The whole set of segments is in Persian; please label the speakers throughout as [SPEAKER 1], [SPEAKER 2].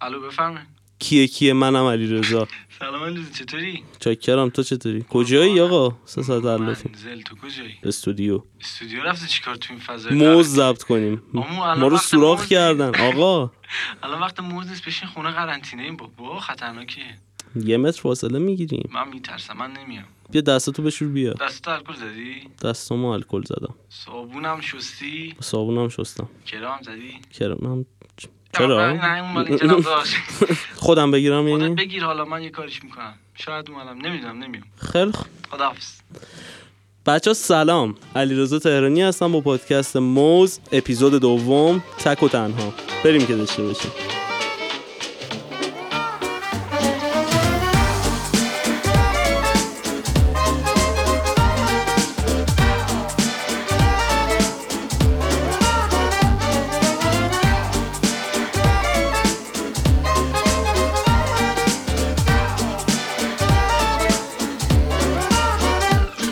[SPEAKER 1] الو بفرمایید
[SPEAKER 2] کیه کیه منم علی رضا
[SPEAKER 1] سلام علی چطوری
[SPEAKER 2] چاکرم تو چطوری کجایی آقا سه ساعت علافه
[SPEAKER 1] منزل تو کجایی
[SPEAKER 2] استودیو
[SPEAKER 1] استودیو رفتی چیکار تو این فضا
[SPEAKER 2] موز ضبط کنیم
[SPEAKER 1] آمو، الان
[SPEAKER 2] ما رو
[SPEAKER 1] وقت
[SPEAKER 2] سوراخ
[SPEAKER 1] موزه.
[SPEAKER 2] کردن آقا
[SPEAKER 1] الان وقت موز نیست بشین خونه قرنطینه این بابا خطرناکیه
[SPEAKER 2] یه متر فاصله میگیریم
[SPEAKER 1] من میترسم من نمیام
[SPEAKER 2] بیا دستتو بشور بیا
[SPEAKER 1] دست الکل زدی
[SPEAKER 2] دستامو الکل زدم
[SPEAKER 1] صابونم شستی
[SPEAKER 2] صابونم شستم
[SPEAKER 1] کرام زدی
[SPEAKER 2] کرمم
[SPEAKER 1] نه،
[SPEAKER 2] چرا
[SPEAKER 1] نه اون مال اینجا داشت
[SPEAKER 2] خودم بگیرم
[SPEAKER 1] خودت
[SPEAKER 2] یعنی
[SPEAKER 1] بگیر حالا من یه کاریش میکنم شاید اومدم نمیدونم نمیام
[SPEAKER 2] خیلی خوب.
[SPEAKER 1] خداحافظ
[SPEAKER 2] بچه سلام علیرضا تهرانی هستم با پادکست موز اپیزود دوم تک و تنها بریم که داشته باشیم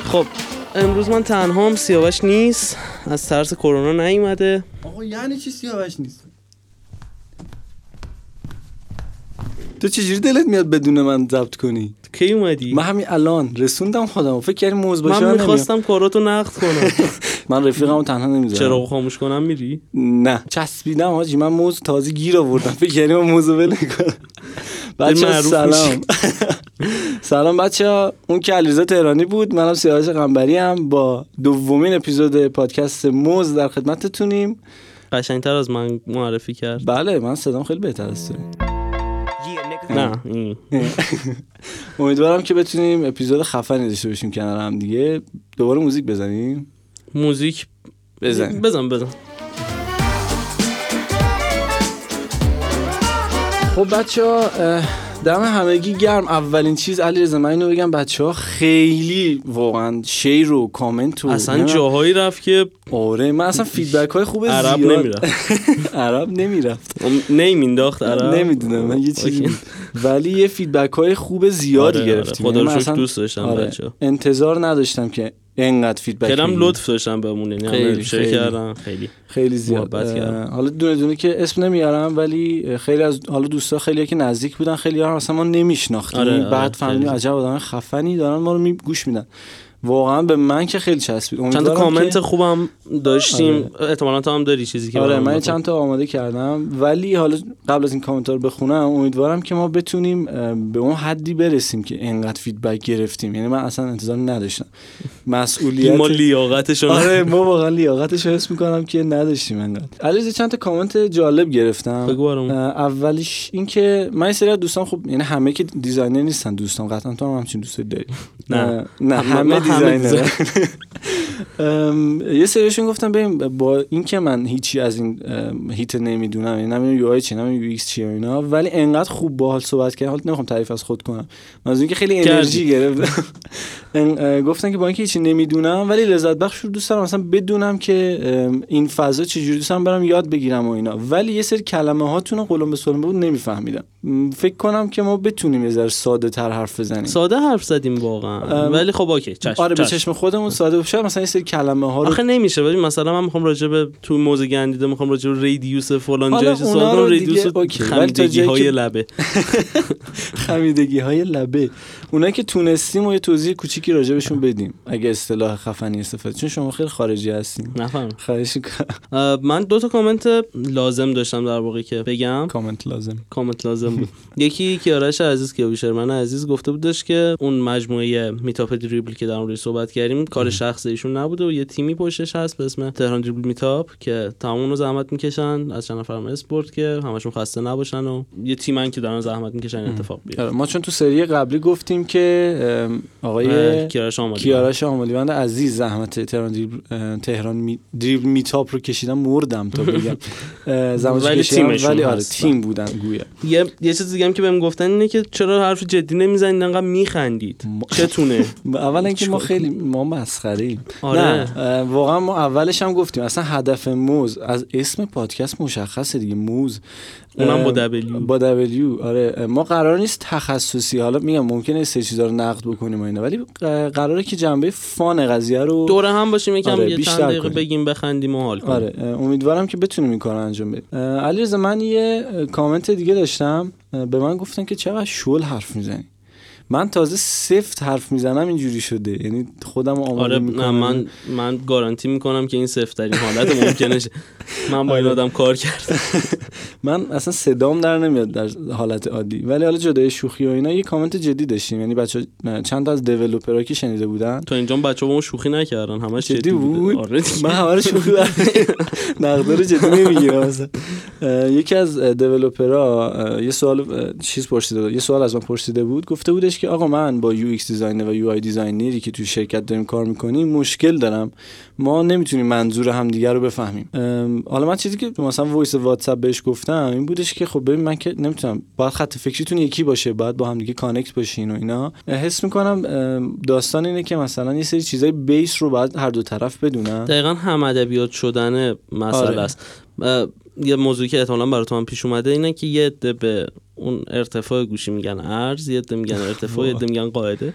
[SPEAKER 2] خب امروز من تنها هم سیاوش نیست از ترس کرونا نیومده
[SPEAKER 3] آقا یعنی چی سیاوش نیست تو چجوری دلت میاد بدون من ضبط کنی
[SPEAKER 2] کی اومدی
[SPEAKER 3] من همین الان رسوندم خودم فکر کردی موز باشه
[SPEAKER 2] من
[SPEAKER 3] نمیام.
[SPEAKER 2] میخواستم کاراتو نقد کنم
[SPEAKER 3] من رفیقمو تنها نمیذارم
[SPEAKER 2] چراغ خاموش کنم میری
[SPEAKER 3] نه چسبیدم حاجی من موز تازه گیر آوردم فکر کردی من موزو ول میکنم بچه
[SPEAKER 2] معروف
[SPEAKER 3] سلام سلام بچه اون که علیرضا تهرانی بود منم سیاوش قنبری هم با دومین اپیزود پادکست موز در خدمتتونیم
[SPEAKER 2] قشنگتر از من معرفی کرد
[SPEAKER 3] بله من صدام خیلی بهتر است تو.
[SPEAKER 2] نه این
[SPEAKER 3] امیدوارم که بتونیم اپیزود خفنی داشته باشیم کنار هم دیگه دوباره موزیک بزنیم
[SPEAKER 2] موزیک
[SPEAKER 3] بزن
[SPEAKER 2] بزن بزن
[SPEAKER 3] خب بچه دم همگی گرم اولین چیز علی رضا من اینو بگم بچه ها خیلی واقعا شیر و کامنت و
[SPEAKER 2] اصلا
[SPEAKER 3] نمی‌دونم.
[SPEAKER 2] جاهایی رفت که
[SPEAKER 3] آره من اصلا فیدبک های خوب
[SPEAKER 2] عرب
[SPEAKER 3] زیاد
[SPEAKER 2] نمیرفت
[SPEAKER 3] عرب نمیرفت
[SPEAKER 2] نمینداخت عرب
[SPEAKER 3] نمیدونم من یه چیزی
[SPEAKER 2] اوکی.
[SPEAKER 3] بود. ولی یه فیدبک های خوب
[SPEAKER 2] آره،
[SPEAKER 3] زیادی
[SPEAKER 2] آره.
[SPEAKER 3] گرفتیم
[SPEAKER 2] خدا
[SPEAKER 3] یعنی
[SPEAKER 2] رو
[SPEAKER 3] من
[SPEAKER 2] شکر
[SPEAKER 3] اصلا-
[SPEAKER 2] دوست داشتم
[SPEAKER 3] آره،
[SPEAKER 2] بچه‌ها.
[SPEAKER 3] انتظار نداشتم که انقدر فیدبک
[SPEAKER 2] خیلی
[SPEAKER 3] بگیریم.
[SPEAKER 2] لطف داشتم بهمون یعنی
[SPEAKER 3] خیلی،
[SPEAKER 2] همه شیر
[SPEAKER 3] خیلی.
[SPEAKER 2] کردن خیلی
[SPEAKER 3] خیلی زیاد
[SPEAKER 2] محبت
[SPEAKER 3] اه،
[SPEAKER 2] کردم.
[SPEAKER 3] حالا دونه دونه که اسم نمیارم ولی خیلی از حالا دوستا خیلی که نزدیک بودن خیلی هم اصلا ما نمیشناختیم
[SPEAKER 2] آره، آره،
[SPEAKER 3] بعد فهمیدیم
[SPEAKER 2] خیلی.
[SPEAKER 3] عجب آدم خفنی دارن ما رو می... گوش میدن واقعا به من که خیلی چسبید
[SPEAKER 2] چند تا
[SPEAKER 3] امیدوارم
[SPEAKER 2] کامنت
[SPEAKER 3] که...
[SPEAKER 2] خوبم داشتیم احتمالا تو هم داری چیزی که
[SPEAKER 3] آره
[SPEAKER 2] برام
[SPEAKER 3] من
[SPEAKER 2] بخوری.
[SPEAKER 3] چند تا آماده کردم ولی حالا قبل از این کامنت رو بخونم امیدوارم که ما بتونیم اه، به اون حدی برسیم که انقدر فیدبک گرفتیم یعنی من اصلا انتظار نداشتم مسئولیت
[SPEAKER 2] ما لیاقتشو
[SPEAKER 3] آره ما واقعا لیاقتش رو حس میکنم که نداشتیم انقدر علیرضا چند تا کامنت جالب گرفتم
[SPEAKER 2] بگو برامون.
[SPEAKER 3] اه، اولیش این که من یه سری از دوستان خب یعنی همه که دیزاینر نیستن دوستان قطعا تو هم همچین دوستی داری
[SPEAKER 2] نه.
[SPEAKER 3] اه، نه
[SPEAKER 2] من- من
[SPEAKER 3] همه
[SPEAKER 2] همه
[SPEAKER 3] دیزاینر یه سریشون گفتم ببین با اینکه من هیچی از این ام، هیت نمیدونم یعنی نمیدونم یو آی چیه نمیدونم یو ایکس چیه و اینا ولی انقدر خوب باحال صحبت کردن حالا نمیخوام تعریف از خود کنم من از اینکه خیلی
[SPEAKER 2] کردی.
[SPEAKER 3] انرژی گرفت ان- اه، گفتن که با اینکه هیچی نمیدونم ولی لذت بخش رو دوست دارم مثلا بدونم که ام، این فضا چجوری دوست دارم برم یاد بگیرم و اینا ولی یه سری کلمه هاتون رو قلم به سلم بود نمیفهمیدم م، فکر کنم که ما بتونیم یه ذره ساده تر حرف بزنیم
[SPEAKER 2] ساده حرف زدیم واقعا
[SPEAKER 3] ام،
[SPEAKER 2] ولی خب اوکی چشم
[SPEAKER 3] آره به
[SPEAKER 2] چشم.
[SPEAKER 3] چشم آره. خودمون ساده باشه مثلا یه سری کلمه ها رو
[SPEAKER 2] آخه نمیشه ولی مثلا من میخوام راجع به تو موزه گندیده میخوام راجع به ریدیوس فلان
[SPEAKER 3] حالا
[SPEAKER 2] جایی چه
[SPEAKER 3] اونا رو
[SPEAKER 2] سوال کنم
[SPEAKER 3] دیگه
[SPEAKER 2] ریدیوس
[SPEAKER 3] اوکی، ولی تا
[SPEAKER 2] خمیدگی
[SPEAKER 3] جایی
[SPEAKER 2] های
[SPEAKER 3] که-
[SPEAKER 2] لبه
[SPEAKER 3] خمیدگی های لبه اونایی که تونستیم و یه توضیح کوچیکی راجبشون بدیم اگه اصطلاح خفنی استفاده چون شما خیلی خارجی هستین
[SPEAKER 2] نفهم
[SPEAKER 3] خواهش می‌کنم.
[SPEAKER 2] من دو تا کامنت لازم داشتم در واقع که بگم
[SPEAKER 3] کامنت لازم
[SPEAKER 2] کامنت لازم بود یکی کیارش عزیز کیابی من عزیز گفته بودش که اون مجموعه میتاپ دریبل که در اون روی صحبت کردیم کار شخص ایشون نبوده و یه تیمی پشتش هست به اسم تهران دریبل میتاپ که تمام رو زحمت میکشن از چند نفرم اسپورت که همشون خسته نباشن و یه تیمن که دارن زحمت میکشن این اتفاق بیفته
[SPEAKER 3] آره، ما چون تو سری قبلی گفتیم که ام، آقای
[SPEAKER 2] اه، کیارش آمالی
[SPEAKER 3] کیارش آمالیوند عزیز زحمت تهران دریبل- اه، تهران می- دریبل میتاپ رو کشیدم مردم تا بگم اه، زحمتش
[SPEAKER 2] ولی
[SPEAKER 3] کشیدم،
[SPEAKER 2] تیمشون
[SPEAKER 3] ولی آره
[SPEAKER 2] هستن.
[SPEAKER 3] تیم بودن گویا
[SPEAKER 2] یه یه چیز دیگه هم که بهم گفتن اینه که چرا حرف جدی نمیزنید انقدر میخندید چتونه
[SPEAKER 3] اولا اینکه ما خیلی ما مسخره ایم
[SPEAKER 2] آره.
[SPEAKER 3] نه اه، واقعا ما اولش هم گفتیم اصلا هدف موز از اسم پادکست مشخصه دیگه موز
[SPEAKER 2] اونم با دبلیو
[SPEAKER 3] با دبلیو آره ما قرار نیست تخصصی حالا میگم ممکنه سه چیزا رو نقد بکنیم و اینا ولی قراره که جنبه فان قضیه رو
[SPEAKER 2] دوره هم باشیم یکم
[SPEAKER 3] آره،
[SPEAKER 2] یه
[SPEAKER 3] بیشتر
[SPEAKER 2] چند دقیقه
[SPEAKER 3] کنیم.
[SPEAKER 2] بگیم بخندیم و حال کنیم
[SPEAKER 3] آره اه، امیدوارم که بتونیم این کار رو انجام بدیم اه، علیرضا من یه اه، کامنت دیگه داشتم اه، به من گفتن که چقدر شل حرف میزنی من تازه سفت حرف میزنم اینجوری شده یعنی خودم رو آماده
[SPEAKER 2] آره نه
[SPEAKER 3] میکنم
[SPEAKER 2] من من گارانتی میکنم که این سفتترین حالت ممکنه شه. من با این
[SPEAKER 3] آره.
[SPEAKER 2] آدم کار کردم
[SPEAKER 3] من اصلا صدام در نمیاد در حالت عادی ولی حالا جدای شوخی و اینا یه کامنت جدی داشتیم یعنی بچه چند تا از دیولپرها که شنیده بودن
[SPEAKER 2] تا اینجا بچه با ما شوخی نکردن همش
[SPEAKER 3] جدی
[SPEAKER 2] جدی بود
[SPEAKER 3] بود؟
[SPEAKER 2] آره دیگه.
[SPEAKER 3] من همه رو شوخی در نقده رو جدی نمیگیرم مثلا اه، یکی از دیولپرها اه، یه سوال اه، چیز پرسیده بود. یه سوال از من پرسیده بود گفته بودش که آقا من با یو ایکس دیزاینر و یو آی دیزاینری که توی شرکت داریم کار میکنیم مشکل دارم ما نمیتونیم منظور همدیگه رو بفهمیم ام، حالا من چیزی که مثلا وایس واتساپ بهش گفتم این بودش که خب ببین من که نمیتونم باید خط فکریتون یکی باشه باید با همدیگه کانکت باشین و اینا اه، حس میکنم داستان اینه که مثلا یه سری چیزای بیس رو باید هر دو طرف بدونن
[SPEAKER 2] دقیقا هم ادبیات شدن مسئله
[SPEAKER 3] آره.
[SPEAKER 2] است اه، یه موضوعی که احتمالا براتون هم پیش اومده اینه که یه عده به اون ارتفاع گوشی میگن ارز یه عده میگن ارتفاع یه عده میگن قاعده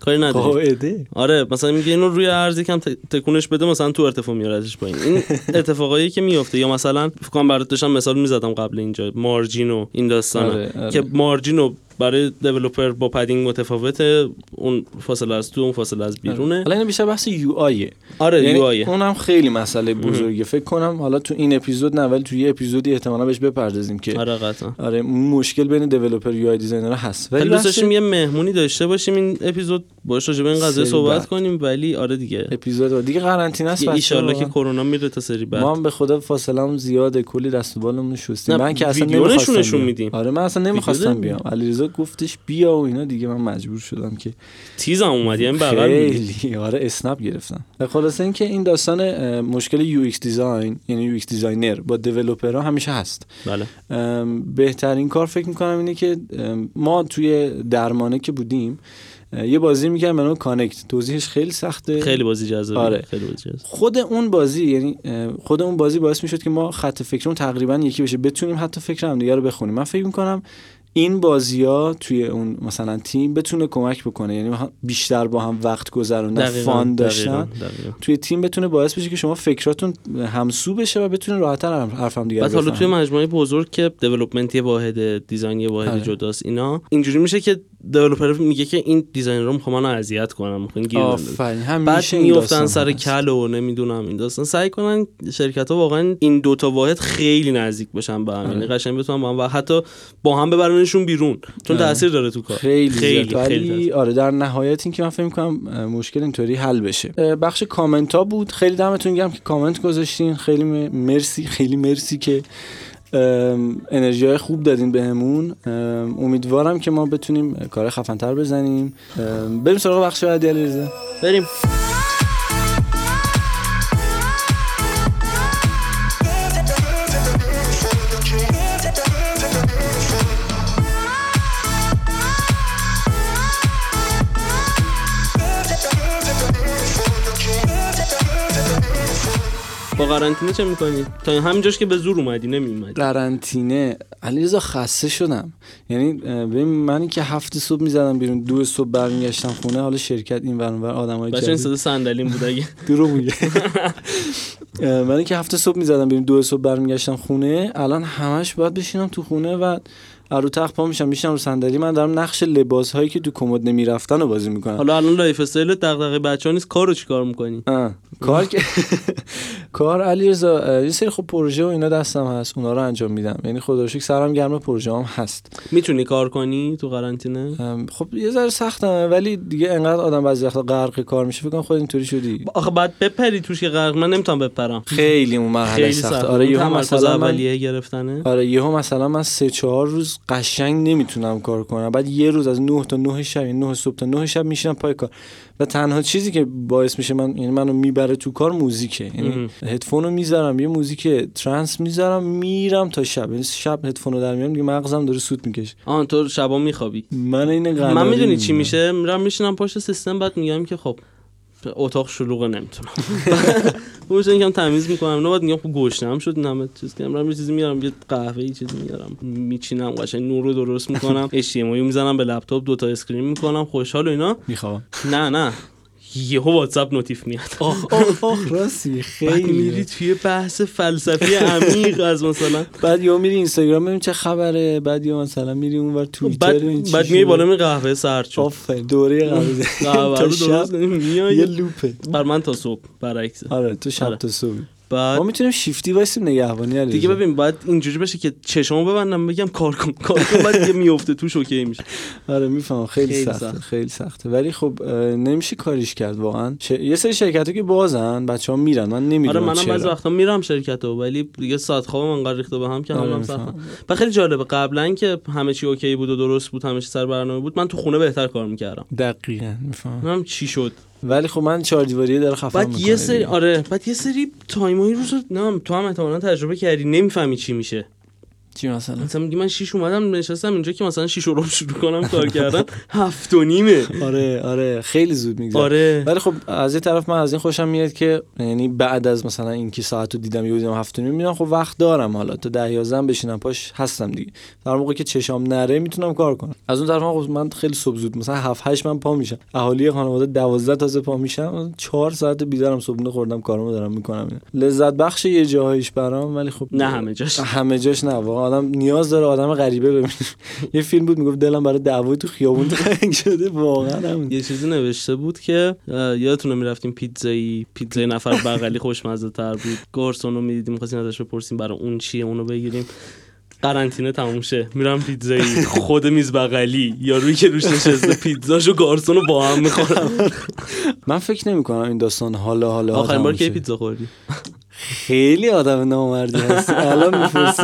[SPEAKER 2] کاری نداره
[SPEAKER 3] قاعده
[SPEAKER 2] آره مثلا میگه اینو روی ارز یکم ت- تکونش بده مثلا تو ارتفاع میارتش پایین این اتفاقایی که میفته یا مثلا فکر کنم برات داشتم مثال میزدم قبل اینجا مارجین و این داستانا
[SPEAKER 3] آره، آره.
[SPEAKER 2] که مارجین رو برای دیولپر با پدینگ متفاوته اون فاصله از تو اون فاصله از بیرونه
[SPEAKER 3] حالا این بیشتر بحث یو آیه
[SPEAKER 2] آره
[SPEAKER 3] آره. یعنی
[SPEAKER 2] یو آیه.
[SPEAKER 3] اونم خیلی مسئله بزرگه فکر کنم حالا تو این اپیزود نه ولی تو یه اپیزودی احتمالا بهش بپردازیم که
[SPEAKER 2] آره قطعا
[SPEAKER 3] آره مشکل بین دیولپر یو آی دیزاینر هست ولی
[SPEAKER 2] ولی دوست
[SPEAKER 3] بحث
[SPEAKER 2] داشتیم یه مهمونی داشته باشیم این اپیزود باش راجع به این قضیه
[SPEAKER 3] سری
[SPEAKER 2] صحبت
[SPEAKER 3] بعد.
[SPEAKER 2] کنیم ولی آره دیگه
[SPEAKER 3] اپیزود دیگه قرنطینه است
[SPEAKER 2] دیگه
[SPEAKER 3] بچه‌ها
[SPEAKER 2] ایشالله که
[SPEAKER 3] واقعا.
[SPEAKER 2] کرونا میره تا سری بعد
[SPEAKER 3] ما هم به خدا فاصله‌ام زیاده کلی دست و بالمون شستیم
[SPEAKER 2] نه،
[SPEAKER 3] من که اصلا
[SPEAKER 2] ویدیو
[SPEAKER 3] نمی‌خواستم
[SPEAKER 2] نشونشون
[SPEAKER 3] بیام.
[SPEAKER 2] میدیم.
[SPEAKER 3] آره من اصلا نمیخواستم
[SPEAKER 2] ویدیو
[SPEAKER 3] بیام علیرضا گفتش بیا و اینا دیگه من مجبور شدم که
[SPEAKER 2] تیزم اومد یعنی بغل می‌گیری.
[SPEAKER 3] خیلی آره اسنپ گرفتم خلاصه اینکه این داستان اه، مشکل یو ایکس دیزاین یعنی یو ایکس دیزاینر با دیولپرها همیشه هست
[SPEAKER 2] بله
[SPEAKER 3] ام، بهترین کار فکر میکنم اینه که ام، ما توی درمانه که بودیم اه، یه بازی میکردم به نام کانکت توضیحش خیلی سخته
[SPEAKER 2] خیلی بازی جذابه
[SPEAKER 3] آره.
[SPEAKER 2] خیلی بازی جذاب
[SPEAKER 3] خود اون بازی یعنی اه، خود اون بازی باعث میشد که ما خط فکرمون تقریبا یکی بشه بتونیم حتی فکر هم دیگه رو بخونیم من فکر میکنم این بازی ها توی اون مثلا تیم بتونه کمک بکنه یعنی هم- بیشتر با هم وقت گذروندن
[SPEAKER 2] دقیقاً،
[SPEAKER 3] فان
[SPEAKER 2] دقیقاً،
[SPEAKER 3] داشتن
[SPEAKER 2] دقیقاً.
[SPEAKER 3] توی تیم بتونه باعث بشه که شما فکراتون همسو بشه و بتونه راحت‌تر حرف هم دیگه
[SPEAKER 2] بعد حالا توی مجموعه بزرگ که دیولپمنت یه واحده دیزاین یه واحد
[SPEAKER 3] آره.
[SPEAKER 2] جداست اینا اینجوری میشه که دیولپر میگه که این دیزاین رو میخوام منو اذیت کنم میخوام گیر بندازم.
[SPEAKER 3] آفرین همیشه
[SPEAKER 2] بعد
[SPEAKER 3] این
[SPEAKER 2] میافتن
[SPEAKER 3] داستان
[SPEAKER 2] سر
[SPEAKER 3] هست.
[SPEAKER 2] کل و نمیدونم این داستان سعی کنن شرکت ها واقعا این دوتا واحد خیلی نزدیک بشن به هم
[SPEAKER 3] آره.
[SPEAKER 2] یعنی قشنگ بتونن با هم و حتی با هم ببرنشون بیرون چون
[SPEAKER 3] آره.
[SPEAKER 2] تاثیر داره تو کار
[SPEAKER 3] خیلی
[SPEAKER 2] خیلی,
[SPEAKER 3] زیاد.
[SPEAKER 2] خیلی
[SPEAKER 3] ولی
[SPEAKER 2] تأثیر.
[SPEAKER 3] آره در نهایت این که من فکر می‌کنم اه، مشکل اینطوری حل بشه اه، بخش کامنت ها بود خیلی دمتون گرم که کامنت گذاشتین خیلی م- مرسی خیلی مرسی که انرژی های خوب دادین بهمون ام، امیدوارم که ما بتونیم کار خفنتر بزنیم ام، بریم سراغ بخش بعدی علیرضا
[SPEAKER 2] بریم با قرنطینه چه میکنی تا همینجاش که به زور اومدی نمیومدی
[SPEAKER 3] قرنطینه علیرضا خسته شدم یعنی اه، ببین من که هفت صبح میزدم بیرون دو صبح برمیگشتم خونه حالا شرکت این ور اون ور آدمای
[SPEAKER 2] بچه این
[SPEAKER 3] جدید
[SPEAKER 2] صدا صندلیم بود اگه
[SPEAKER 3] دروغ میگه اه، من اینکه هفته صبح میزدم بیرون دو صبح برمیگشتم خونه الان همش باید بشینم تو خونه و از رو تخت پا میشم میشم رو صندلی من دارم نقش لباس هایی که تو کمد نمیرفتن رو بازی میکنم
[SPEAKER 2] حالا الان لایف استایل دغدغه بچه ها نیست کارو چیکار میکنی
[SPEAKER 3] کار که کار علیرضا اه، یه سری خب پروژه و اینا دستم هست اونا رو انجام میدم یعنی خدا رو شکر سرم گرم پروژه هم هست
[SPEAKER 2] میتونی کار کنی تو قرنطینه
[SPEAKER 3] ام، خب یه ذره سختمه ولی دیگه انقدر آدم بعضی وقتا غرق کار میشه فکر کنم خود اینطوری شدی
[SPEAKER 2] آخه بعد بپری توش که غرق من نمیتونم بپرم
[SPEAKER 3] خیلی اون مرحله
[SPEAKER 2] خیلی
[SPEAKER 3] سخت
[SPEAKER 2] سخت
[SPEAKER 3] آره یهو
[SPEAKER 2] تمرکز
[SPEAKER 3] مثلا من
[SPEAKER 2] اولیه گرفتنه
[SPEAKER 3] آره یهو مثلا من سه چهار روز قشنگ نمیتونم کار کنم بعد یه روز از 9 تا 9 شب یعنی 9 صبح تا 9 شب میشینم پای کار و تنها چیزی که باعث میشه من یعنی منو میبره تو کار موزیکه یعنی هدفون رو میذارم یه موزیک ترنس میذارم میرم تا شب یعنی شب هدفون رو در میارم دیگه مغزم داره سوت میکشه
[SPEAKER 2] آن تو شبا میخوابی
[SPEAKER 3] من این قناری
[SPEAKER 2] من میدونی چی
[SPEAKER 3] می‌مونم.
[SPEAKER 2] میشه میرم میشینم پشت سیستم بعد میگم که خب اتاق شلوغه نمیتونم بوش یکم تمیز میکنم نه بعد میگم خب گشنم شد نه چیز کردم برم یه چیزی میارم یه قهوه یه چیزی میارم میچینم قشنگ نور رو درست میکنم HDMI رو میزنم به لپتاپ دوتا اسکرین میکنم خوشحال و اینا
[SPEAKER 3] میخوام
[SPEAKER 2] نه نه یهو واتساپ نوتیف میاد
[SPEAKER 3] آخ آخ آخ راستی
[SPEAKER 2] بعد میری
[SPEAKER 3] خیلی
[SPEAKER 2] توی بحث فلسفی عمیق از مثلا
[SPEAKER 3] بعد یا میری اینستاگرام ببین چه خبره بعد یا مثلا میری اونور توییتر ببین
[SPEAKER 2] بعد
[SPEAKER 3] چی
[SPEAKER 2] بعد
[SPEAKER 3] شده.
[SPEAKER 2] میای بالا می قهوه سرد شد
[SPEAKER 3] آفه دوره قبلی
[SPEAKER 2] قهوه
[SPEAKER 3] تا
[SPEAKER 2] رو درست
[SPEAKER 3] شب
[SPEAKER 2] کنی،
[SPEAKER 3] یه
[SPEAKER 2] میای
[SPEAKER 3] لوپه
[SPEAKER 2] بر من تا صبح برعکسه
[SPEAKER 3] آره تو شب
[SPEAKER 2] آره.
[SPEAKER 3] تا صبح
[SPEAKER 2] بعد
[SPEAKER 3] ما میتونیم شیفتی وایسیم نگهبانی علی
[SPEAKER 2] دیگه ببین باید اینجوری بشه که چشمو ببندم بگم کار کن کار کن بعد دیگه میفته توش اوکی میشه
[SPEAKER 3] آره میفهمم خیلی,
[SPEAKER 2] خیلی
[SPEAKER 3] سخته
[SPEAKER 2] سخت.
[SPEAKER 3] خیلی سخته ولی خب اه، نمیشه کاریش کرد واقعا ش- یه سری شرکت که بازن بچه ها میرن من
[SPEAKER 2] آره
[SPEAKER 3] نمیدونم
[SPEAKER 2] منم
[SPEAKER 3] چرا
[SPEAKER 2] بعضی وقتا میرم شرکت ها ولی دیگه ساعت خوابم انقدر ریخته به هم که
[SPEAKER 3] آره،
[SPEAKER 2] حالم سخت
[SPEAKER 3] می‌فهمم.
[SPEAKER 2] و خیلی جالبه قبلا که همه چی اوکی بود و درست بود همه چی سر برنامه بود من تو خونه بهتر کار میکردم
[SPEAKER 3] دقیقاً میفهمم
[SPEAKER 2] منم چی شد
[SPEAKER 3] ولی خب من چهار دیواریه داره خفن
[SPEAKER 2] بعد
[SPEAKER 3] می‌کنه
[SPEAKER 2] یه سری
[SPEAKER 3] دیگه.
[SPEAKER 2] آره بعد یه سری تایمایی روز رو نه تو هم احتمالاً تجربه کردی نمیفهمی چی میشه
[SPEAKER 3] چی مثلا
[SPEAKER 2] مثلا میگی من شیش اومدم نشستم اینجا که مثلا شیش رو شروع کنم کار کردن هفت و نیمه
[SPEAKER 3] آره آره خیلی زود میگذره
[SPEAKER 2] آره
[SPEAKER 3] ولی خب از یه طرف من از این خوشم میاد که یعنی بعد از مثلا این که ساعت رو دیدم یه دیدم هفت و نیم میرم خب وقت دارم حالا تا ده یازدهم بشینم پاش هستم دیگه در موقع که چشام نره میتونم کار کنم از اون طرف من خب من خیلی صبح زود مثلا هفت هشت من پا میشم اهالی خانواده دوازده تازه پا میشم چهار ساعت بیدارم صبحونه خوردم کارمو دارم میکنم لذت بخش یه جاهایش برام ولی خب
[SPEAKER 2] نه همه جاش
[SPEAKER 3] همه جاش نه واقعا آدم نیاز داره آدم غریبه ببینه یه فیلم بود میگفت دلم برای دعوای تو خیابون تنگ شده واقعا همین
[SPEAKER 2] یه چیزی نوشته بود که اه، یادتونه میرفتیم پیتزایی پیتزای نفر بغلی خوشمزه تر بود گارسون رو میدیدیم خواستیم ازش بپرسیم برای اون چیه اونو بگیریم قرنطینه تموم شه میرم پیتزایی خود میز بغلی یا روی که روش نشسته پیتزاشو گارسون رو با هم میخورم
[SPEAKER 3] من فکر نمی کنم این داستان حالا حالا
[SPEAKER 2] آخرین
[SPEAKER 3] آدم
[SPEAKER 2] بار کی
[SPEAKER 3] میشه.
[SPEAKER 2] پیتزا خوردی
[SPEAKER 3] خیلی آدم نامردی هست الان میپرسی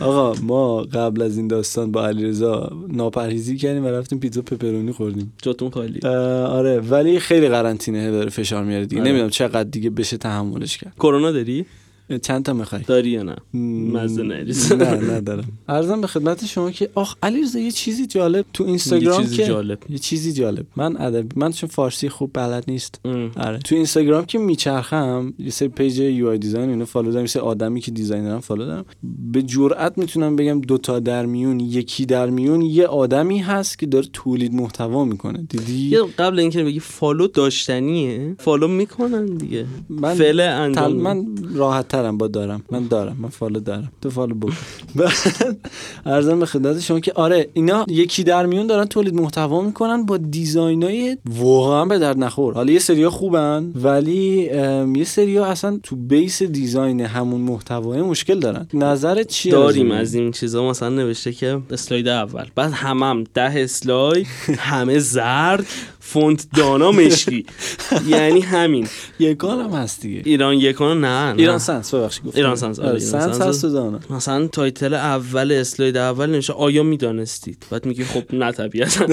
[SPEAKER 3] آقا ما قبل از این داستان با علیرضا ناپرهیزی کردیم و رفتیم پیتزا پپرونی خوردیم
[SPEAKER 2] جاتون خالی
[SPEAKER 3] اه، آره ولی خیلی قرنطینه داره فشار میاره دیگه
[SPEAKER 2] آره.
[SPEAKER 3] نمیدونم چقدر دیگه بشه تحملش کرد
[SPEAKER 2] کرونا داری
[SPEAKER 3] اه، چند تا میخوای
[SPEAKER 2] داری یا نه مزه
[SPEAKER 3] مزه
[SPEAKER 2] نریز.
[SPEAKER 3] نه ندارم عرضم به خدمت شما که آخ علیرضا یه چیزی جالب تو اینستاگرام
[SPEAKER 2] یه چیز
[SPEAKER 3] که
[SPEAKER 2] جالب
[SPEAKER 3] یه چیزی جالب من ادب من چون فارسی خوب بلد نیست
[SPEAKER 2] ام.
[SPEAKER 3] آره تو اینستاگرام که میچرخم یه سری پیج یو آی دیزاین اینو فالو دارم یه سری آدمی که دیزاین دارم فالو دارم به جرئت میتونم بگم دوتا در میون یکی در میون یه آدمی هست که داره تولید محتوا میکنه دیدی
[SPEAKER 2] یه قبل اینکه بگی فالو داشتنیه فالو میکنن دیگه
[SPEAKER 3] من
[SPEAKER 2] فعل
[SPEAKER 3] تل...
[SPEAKER 2] انجام
[SPEAKER 3] من راحت ترم با دارم من دارم من فالو دارم تو فالو بکن بعد ارزم به خدمت شما که آره اینا یکی در میون دارن تولید محتوا میکنن با دیزاینای واقعا به درد نخور حالا یه سریا خوبن ولی ام، یه سریا اصلا تو بیس دیزاین همون محتوای مشکل دارن نظرت چیه
[SPEAKER 2] داریم
[SPEAKER 3] راجع به
[SPEAKER 2] از این چیزا مثلا نوشته که اسلاید اول بعد همم ده اسلاید همه زرد فونت دانا مشکی یعنی همین
[SPEAKER 3] این؟ یگان هم هست دیگه
[SPEAKER 2] ایران یکان نه, نه.
[SPEAKER 3] ایران سنس ببخشید گفتم.
[SPEAKER 2] ایران سنس، آره،
[SPEAKER 3] آره،
[SPEAKER 2] ایران
[SPEAKER 3] سنس
[SPEAKER 2] سنس.
[SPEAKER 3] هست و دانا.
[SPEAKER 2] مثلا تایتل اول اسلاید اول نمیشه آیا میدانستید بعد میگی خب نه طبیعتا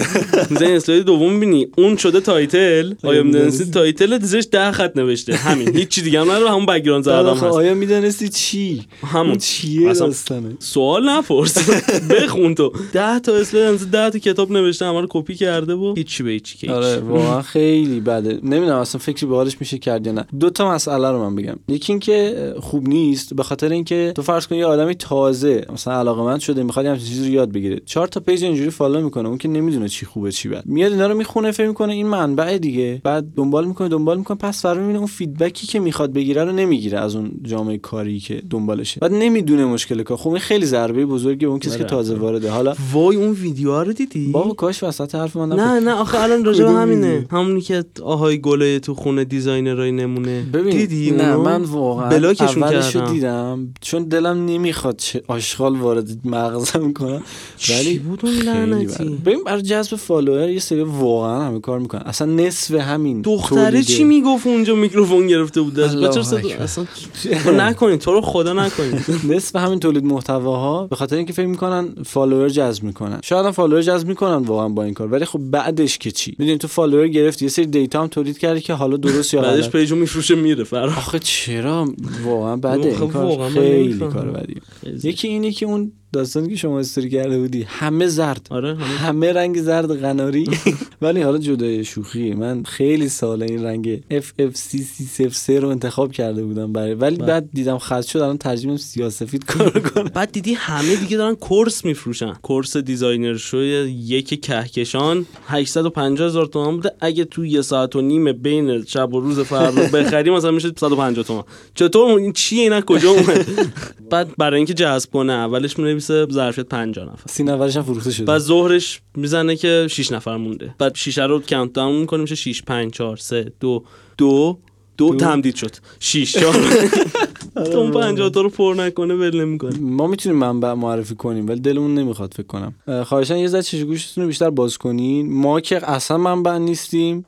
[SPEAKER 2] میزنی اسلاید دوم میبینی اون شده تایتل آیا میدانستید تایتل زیرش ده خط نوشته همین هیچ دیگه هم نداره همون بک‌گراند زردم
[SPEAKER 3] آخه
[SPEAKER 2] هست
[SPEAKER 3] آیا میدانستی چی
[SPEAKER 2] همون
[SPEAKER 3] اون چیه
[SPEAKER 2] اصلا
[SPEAKER 3] داستانه
[SPEAKER 2] سوال نپرس بخون تو ده تا اسلنز ده تا کتاب نوشته همه رو کپی کرده و هیچی به هیچی که
[SPEAKER 3] آره
[SPEAKER 2] هیچ.
[SPEAKER 3] واقعا خیلی بده نمیدونم اصلا فکری به حالش میشه کرد یا نه دو تا مسئله رو من بگم یکی اینکه خوب نیست به خاطر اینکه تو فرض کن یه آدمی تازه مثلا علاقمند شده میخواد همین چیزی رو یاد بگیره چهار تا پیج اینجوری فالو میکنه اون که نمیدونه چی خوبه چی بد میاد اینا رو میخونه فکر میکنه این منبع دیگه بعد دنبال میکنه دنبال میکنه پس فرار میبینه اون فیدبکی که میخواد بگیره رو نمیگیره از اون جامعه کاری که دنبالشه بعد نمیدونه مشکل کار خب این خیلی ضربه بزرگی به اون کسی که
[SPEAKER 2] آره.
[SPEAKER 3] تازه وارده حالا
[SPEAKER 2] وای اون ویدیو رو دیدی
[SPEAKER 3] بابا کاش وسط حرف من نپرید.
[SPEAKER 2] نه نه آخه الان راجع به
[SPEAKER 3] کدوم
[SPEAKER 2] همینه
[SPEAKER 3] ویدیو؟
[SPEAKER 2] همونی که آهای گله تو خونه دیزاینرای نمونه
[SPEAKER 3] ببین
[SPEAKER 2] دیدی
[SPEAKER 3] نه
[SPEAKER 2] اونو؟
[SPEAKER 3] من واقعا
[SPEAKER 2] بلاکشون
[SPEAKER 3] اولش رو
[SPEAKER 2] کردم.
[SPEAKER 3] دیدم چون دلم نمیخواد چه آشغال وارد مغزم کنم
[SPEAKER 2] چی
[SPEAKER 3] ولی
[SPEAKER 2] بود اون
[SPEAKER 3] خیلی
[SPEAKER 2] لعنتی؟
[SPEAKER 3] بده. ببین برای جذب فالوور یه سری واقعا همه کار میکنن اصلا نصف همین
[SPEAKER 2] دختره
[SPEAKER 3] تولیده.
[SPEAKER 2] چی میگفت اونجا میکروفون گرفته بود دست
[SPEAKER 3] الله
[SPEAKER 2] بچه رو صدا-
[SPEAKER 3] اکبر.
[SPEAKER 2] اصلا نکنید تو رو خدا نکنید
[SPEAKER 3] نصف همین تولید محتواها به خاطر اینکه فکر میکنن فالوور جذب میکنن شاید هم فالوور جذب میکنن واقعا با این کار ولی خب بعدش که چی میدونی تو فالوور گرفتی یه سری دیتا هم تولید کردی که حالا درست یا
[SPEAKER 2] بعدش
[SPEAKER 3] غلط
[SPEAKER 2] پیجو میفروشه میره فرار
[SPEAKER 3] آخه چرا واقعا بده
[SPEAKER 2] آخه
[SPEAKER 3] این کار
[SPEAKER 2] واقعا من
[SPEAKER 3] خیلی
[SPEAKER 2] نمی‌فهمم.
[SPEAKER 3] کار بدیه یکی اینه که اون داستانی که شما استوری کرده بودی همه زرد
[SPEAKER 2] آره همه
[SPEAKER 3] همه رنگ زرد قناری ولی حالا جدای شوخی من خیلی سال این رنگ FFC303 رو انتخاب کرده بودم برای ولی
[SPEAKER 2] بله.
[SPEAKER 3] بعد دیدم خط شد الان ترجیحم سیاسفید کار کنه
[SPEAKER 2] بعد دیدی همه دیگه دارن کورس میفروشن کورس دیزاینر شو یک کهکشان 850 هزار تومان بوده اگه تو یه ساعت و نیم بین شب و روز فردا بخری مثلا میشه 150 تومان چطور اون- این چیه اینا کجا اومد بعد برای اینکه جذب کنه اولش مینویسه ظرفیت 50 نفر
[SPEAKER 3] سین اولش هم فروخته شده
[SPEAKER 2] بعد ظهرش میزنه که 6 نفر مونده بعد شیشه رو کانت داون میکنه میشه 6 5 4 3 2 2 دو تمدید شد 6 4
[SPEAKER 3] آره،
[SPEAKER 2] اون 50 تا رو پر نکنه ول نمیکنه
[SPEAKER 3] ما میتونیم منبع معرفی کنیم ولی دلمون نمیخواد فکر کنم اه، خواهشاً یه ذره چش گوشتون رو بیشتر باز کنین ما که اصلا منبع نیستیم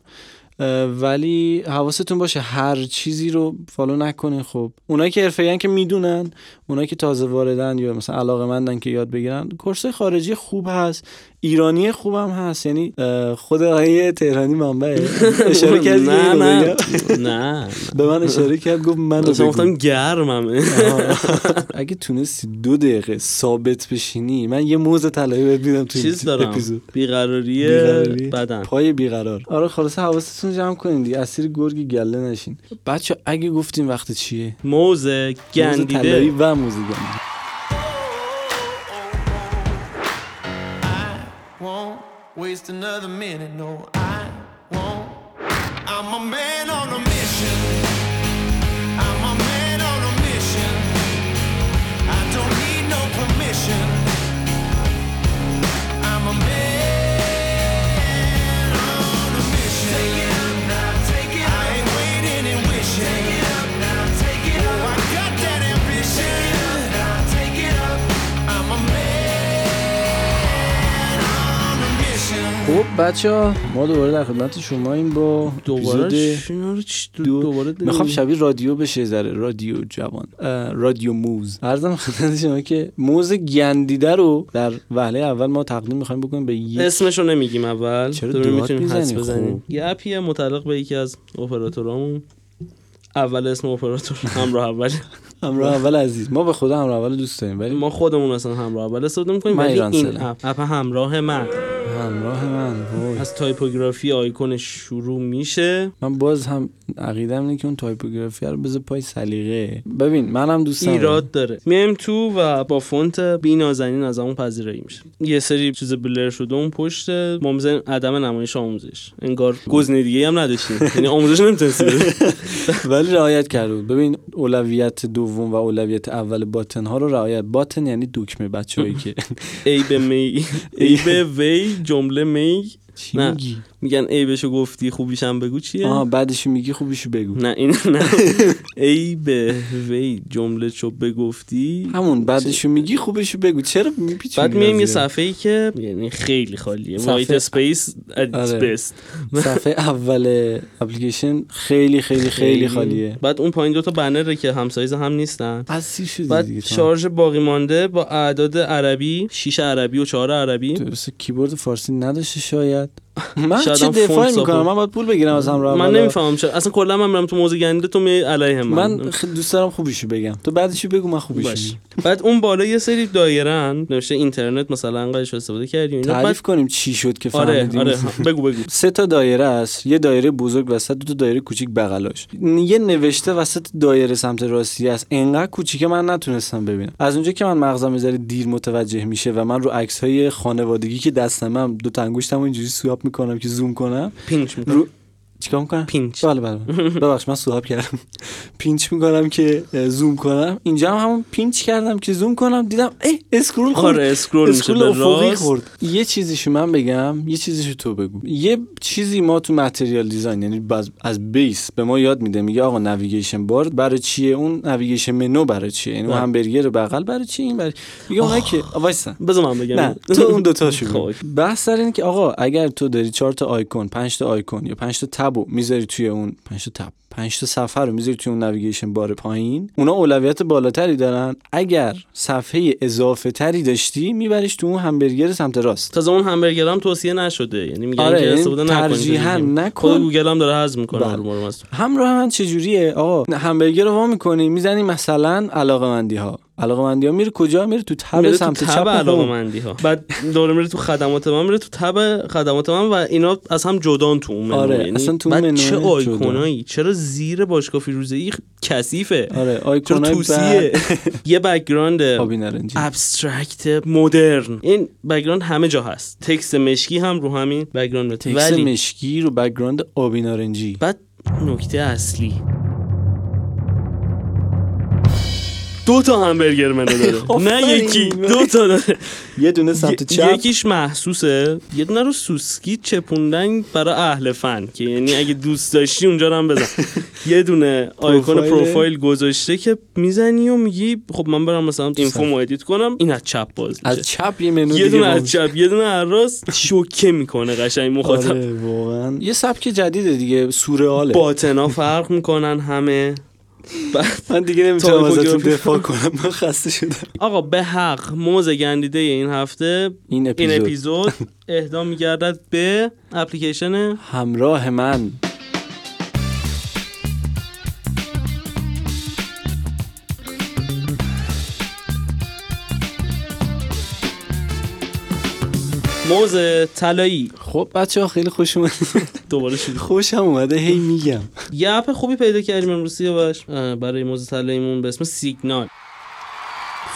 [SPEAKER 3] اه، ولی حواستون باشه هر چیزی رو فالو نکنین خب اونایی که حرفه‌این که میدونن اونایی که تازه واردن یا مثلا علاقه مندن که یاد بگیرن کورس خارجی خوب هست ایرانی خوبم هست یعنی اه، خود آقای تهرانی منبعه اشاره کردی که
[SPEAKER 2] نه
[SPEAKER 3] اینو
[SPEAKER 2] نه
[SPEAKER 3] بگم؟
[SPEAKER 2] نه
[SPEAKER 3] به من اشاره کرد گفت من
[SPEAKER 2] اصلا گفتم گرممه
[SPEAKER 3] آها. اگه تونستی دو دقیقه ثابت بشینی من یه موز طلایی بهت میدم تو
[SPEAKER 2] چیز
[SPEAKER 3] این
[SPEAKER 2] دارم
[SPEAKER 3] اپیزود
[SPEAKER 2] بیقراری
[SPEAKER 3] بیقراری.
[SPEAKER 2] بدن
[SPEAKER 3] پای بیقرار آره خلاصه حواستون جمع کنین دیگه اسیر گرگ گله نشین بچه اگه گفتیم وقت چیه
[SPEAKER 2] موز
[SPEAKER 3] موز طلایی
[SPEAKER 2] گندیده
[SPEAKER 3] و موز گندیده
[SPEAKER 4] I won't waste another minute. No, I won't. I'm a man on a mission. I'm a man on a mission. I don't need no permission. I'm a man on a mission. Take it up now, take it up. I ain't waiting and wishing. Take it up now, take it up. Oh, I got that ambition. Take it up now, take it up. I'm a man on a mission.
[SPEAKER 3] خب بچه ما دوباره در خدمت شما این با
[SPEAKER 2] دوباره
[SPEAKER 3] اپیزود
[SPEAKER 2] اینا رو چی- دو-
[SPEAKER 3] دو-
[SPEAKER 2] دوباره
[SPEAKER 3] میخوام شبیه رادیو بشه یه ذره رادیو جوان اه، رادیو موز عرضم خدمت شما که موز گندیده رو در وهله اول ما تقدیم میخوایم بکنیم به یه
[SPEAKER 2] اسمشو نمیگیم اول
[SPEAKER 3] چرا
[SPEAKER 2] ببینیم
[SPEAKER 3] داد
[SPEAKER 2] میتونیم حدس
[SPEAKER 3] می‌زنی؟ خب؟
[SPEAKER 2] بزنیم
[SPEAKER 3] خوب.
[SPEAKER 2] یه اپیه متعلق به یکی از اپراتورامون اول اسم اپراتور همراه اول
[SPEAKER 3] همراه اول عزیز ما به خدا همراه اول دوست داریم ولی
[SPEAKER 2] ما خودمون اصلا همراه اول استفاده میکنیم
[SPEAKER 3] من
[SPEAKER 2] ولی
[SPEAKER 3] ایران
[SPEAKER 2] این
[SPEAKER 3] سلام.
[SPEAKER 2] اپ اپ همراه من
[SPEAKER 3] همراه من وای.
[SPEAKER 2] از تایپوگرافی آیکون شروع میشه
[SPEAKER 3] من باز هم عقیدم اینه که اون تایپوگرافی رو بذار پای سلیقه ببین منم دوست دارم
[SPEAKER 2] ایراد داره میایم تو و با فونت بینازنین از همون پذیرایی میشه یه سری چیز بلر شده اون پشت ما می‌زنیم عدم نمایش آموزش انگار گزینه دیگه هم نداشتیم یعنی آموزش نمیتونستی
[SPEAKER 3] ولی رعایت کرده بود ببین اولویت دوم و اولویت اول باتن ها رو رعایت باتن یعنی دکمه بچه‌ای که
[SPEAKER 2] ای به می ای به وی جمله می
[SPEAKER 3] چی
[SPEAKER 2] نه.
[SPEAKER 3] میگی
[SPEAKER 2] میگن ای بشو گفتی خوبیشم بگو چیه
[SPEAKER 3] آها بعدش میگی خوبیشو بگو
[SPEAKER 2] نه این نه ای به وی جمله چو بگفتی
[SPEAKER 3] همون بعدش میگی خوبشو بگو چرا میپیچی
[SPEAKER 2] بعد میایم یه صفحه ای که یعنی خیلی خالیه
[SPEAKER 3] صفحه-
[SPEAKER 2] وایت اسپیس اتس
[SPEAKER 3] آره.
[SPEAKER 2] بست
[SPEAKER 3] صفحه اول اپلیکیشن خیلی خیلی خیلی خالیه
[SPEAKER 2] بعد اون پایین دوتا بنره که همسایز هم نیستن
[SPEAKER 3] اصیل شدی
[SPEAKER 2] بعد
[SPEAKER 3] دیگه تو.
[SPEAKER 2] شارژ باقی مانده با اعداد عربی شیش عربی و چهار عربی
[SPEAKER 3] درسته کیبورد فارسی نداشته شاید من
[SPEAKER 2] شاید
[SPEAKER 3] چه
[SPEAKER 2] هم فونت
[SPEAKER 3] دفاع میکنم
[SPEAKER 2] ساخته.
[SPEAKER 3] من باید پول بگیرم از همراه
[SPEAKER 2] من
[SPEAKER 3] اولا.
[SPEAKER 2] نمیفهمم چرا اصلا کلا من میرم تو موزه گنده تو می علیه من,
[SPEAKER 3] من خ- دوست دارم خوبیشو بگم تو بعدشو بگو من خوبیشو
[SPEAKER 2] باش
[SPEAKER 3] میگم
[SPEAKER 2] بعد اون بالا یه سری دایرن نوشته اینترنت مثلا قدش استفاده کردی و اینا بعد
[SPEAKER 3] تعریف کنیم چی شد که
[SPEAKER 2] آره
[SPEAKER 3] فهمیدیم
[SPEAKER 2] آره بگو بگو
[SPEAKER 3] سه تا دایره است یه دایره بزرگ وسط دو تا دایره کوچیک بغلاش یه نوشته وسط دایره سمت راستی است انقدر کوچیکه من نتونستم ببینم از اونجا که من مغزم یه ذره دیر متوجه میشه و من رو عکس های خانوادگی که دستم هم دو تا انگشتمو اینجوری سواب میکنم که زوم کنم
[SPEAKER 2] پینچ میکنم
[SPEAKER 3] رو چیکار میکنم
[SPEAKER 2] پینچ
[SPEAKER 3] بله بله بله. ببخش من سواب کردم پینچ میکنم که اه، زوم کنم اینجا هم همون پینچ کردم که زوم کنم دیدم ای اسکرول خورد
[SPEAKER 2] آره اسکرول میشه
[SPEAKER 3] اسکول
[SPEAKER 2] به
[SPEAKER 3] افقی
[SPEAKER 2] راست
[SPEAKER 3] خورد یه چیزیشو من بگم یه چیزیشو تو بگو یه چیزی ما تو متریال دیزاین یعنی باز- از بیس به ما یاد میده میگه آقا نویگیشن بار برای چیه اون نویگیشن منو برای چیه یعنی اون
[SPEAKER 2] بله.
[SPEAKER 3] همبرگر بغل برای چیه این برای میگه اونایی که وایسا
[SPEAKER 2] بذار من بگم
[SPEAKER 3] نه تو اون دوتا شو
[SPEAKER 2] خب.
[SPEAKER 3] یعنی بحث سر اینه که آقا اگر تو داری چهار تا آیکون پنج تا آیکون یا پنج تا تب رو میذاری توی اون پنج تا تب پنج تا صفحه رو میذاری توی اون نویگیشن بار پایین اونا اولویت بالاتری دارن اگر صفحه اضافه تری داشتی میبریش تو اون همبرگر سمت راست
[SPEAKER 2] تازه اون همبرگر هم توصیه نشده یعنی میگن
[SPEAKER 3] آره،
[SPEAKER 2] که
[SPEAKER 3] یعنی
[SPEAKER 2] استفاده نکنید
[SPEAKER 3] ترجیحاً
[SPEAKER 2] اینجوری.
[SPEAKER 3] نکن.
[SPEAKER 2] خود گوگل هم داره حذف میکنه
[SPEAKER 3] بله.
[SPEAKER 2] آلمان رو از تو.
[SPEAKER 3] همراه من چجوریه آقا همبرگر رو وا میکنی میزنی مثلا علاقه مندی ها علاقه مندی ها میره کجا میره تو تب
[SPEAKER 2] میره
[SPEAKER 3] سمت
[SPEAKER 2] تو تب
[SPEAKER 3] چپ
[SPEAKER 2] علاقه
[SPEAKER 3] علاقه
[SPEAKER 2] مندی ها خب، بعد دوره میره تو خدمات من میره تو تب خدمات من و اینا از هم جدان تو اون منو
[SPEAKER 3] آره،
[SPEAKER 2] یعنی
[SPEAKER 3] اصلا تو اون
[SPEAKER 2] بعد
[SPEAKER 3] منو
[SPEAKER 2] چه
[SPEAKER 3] جدا.
[SPEAKER 2] آیکونایی چرا زیر باشگاه فیروزه ای کثیفه
[SPEAKER 3] آره خب،
[SPEAKER 2] چرا
[SPEAKER 3] آیکون
[SPEAKER 2] توسیه یه بکگراند
[SPEAKER 3] آبی نارنجی
[SPEAKER 2] ابسترکت مدرن این بکگراند همه جا هست تکست مشکی هم رو همین بکگراند
[SPEAKER 3] تکس
[SPEAKER 2] ولی
[SPEAKER 3] مشکی رو بک‌گراند آبی نارنجی
[SPEAKER 2] بعد نکته اصلی دو تا همبرگر منو داره نه
[SPEAKER 3] آفرین.
[SPEAKER 2] یکی دو تا داره
[SPEAKER 3] یه دونه سمت
[SPEAKER 2] ی-
[SPEAKER 3] چپ
[SPEAKER 2] یکیش محسوسه یه دونه رو سوسکی چپوندن برای اهل فن که یعنی اگه دوست داشتی اونجا رو هم بزن یه دونه آیکون
[SPEAKER 3] پروفایل.
[SPEAKER 2] پروفایل گذاشته که میزنی و میگی خب من برم مثلا اینفو ادیت کنم این از چپ باز میشه
[SPEAKER 3] از چپ یه منو
[SPEAKER 2] یه
[SPEAKER 3] دیگه
[SPEAKER 2] دونه
[SPEAKER 3] باز.
[SPEAKER 2] از چپ یه دونه از راست شوکه میکنه قشنگ مخاطب
[SPEAKER 3] آره واقعا یه سبک جدیده دیگه سورئاله
[SPEAKER 2] باطنا فرق میکنن همه بعد-
[SPEAKER 3] من دیگه نمیتونم
[SPEAKER 2] تایپوگرافی
[SPEAKER 3] ازتون دفاع کنم من خسته شدم
[SPEAKER 2] آقا به حق موز گندیده این هفته
[SPEAKER 3] این
[SPEAKER 2] این
[SPEAKER 3] اپیزود
[SPEAKER 2] اپیزود اهدا میگردد به اپلیکیشن
[SPEAKER 3] همراه من
[SPEAKER 2] موز طلایی
[SPEAKER 3] خب بچه ها خیلی خوش اومد
[SPEAKER 2] دوباره شروع
[SPEAKER 3] خوشم اومده هی میگم
[SPEAKER 2] یه اپ خوبی پیدا کردیم امروز سیاوش اه، برای موز طلاییمون به اسم سیگنال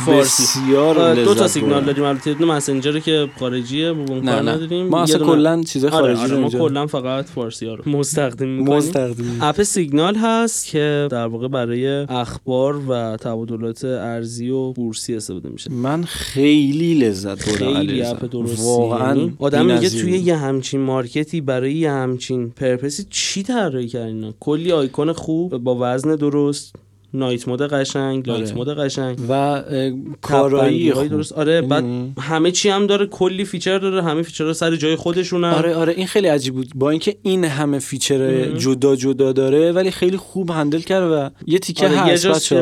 [SPEAKER 2] فارسی
[SPEAKER 3] بسیار
[SPEAKER 2] اه، دو تا
[SPEAKER 3] لذت
[SPEAKER 2] سیگنال
[SPEAKER 3] بردم.
[SPEAKER 2] داریم البته یه دونه مسنجر که خارجیه ما اون
[SPEAKER 3] نه
[SPEAKER 2] کار
[SPEAKER 3] نه
[SPEAKER 2] نداریم
[SPEAKER 3] ما
[SPEAKER 2] یه
[SPEAKER 3] اصلا
[SPEAKER 2] دونه-
[SPEAKER 3] کلا چیزای
[SPEAKER 2] آره
[SPEAKER 3] خارجی
[SPEAKER 2] آره
[SPEAKER 3] رو
[SPEAKER 2] ما
[SPEAKER 3] اینجا-
[SPEAKER 2] کلا فقط فارسی ها رو مستقدم
[SPEAKER 3] موز
[SPEAKER 2] میکنیم
[SPEAKER 3] تقدیم
[SPEAKER 2] اپ سیگنال هست که در واقع برای اخبار و تبادلات ارزی و بورسی استفاده میشه
[SPEAKER 3] من خیلی لذت بردم
[SPEAKER 2] خیلی
[SPEAKER 3] علیرضا.
[SPEAKER 2] اپ درستی
[SPEAKER 3] واقعا
[SPEAKER 2] یعنی آدم میگه
[SPEAKER 3] بی‌نظیر
[SPEAKER 2] توی
[SPEAKER 3] بود.
[SPEAKER 2] یه همچین مارکتی برای یه همچین پرپسی چی طراحی کردین اینا؟ کلی آیکون خوب با وزن درست نایت مود قشنگ لایت
[SPEAKER 3] آره.
[SPEAKER 2] مود قشنگ
[SPEAKER 3] و اه،
[SPEAKER 2] کارایی
[SPEAKER 3] کارایی
[SPEAKER 2] های
[SPEAKER 3] خوب. یعنی
[SPEAKER 2] درست آره بعد
[SPEAKER 3] می‌دونی؟
[SPEAKER 2] همه چی هم داره کلی فیچر داره همه فیچرها سر جای خودشونن
[SPEAKER 3] آره آره این خیلی عجیب بود با اینکه این همه فیچر
[SPEAKER 2] مم.
[SPEAKER 3] جدا جدا داره ولی خیلی خوب هندل کرد و یه تیکه
[SPEAKER 2] آره، یه
[SPEAKER 3] هست یه
[SPEAKER 2] جاست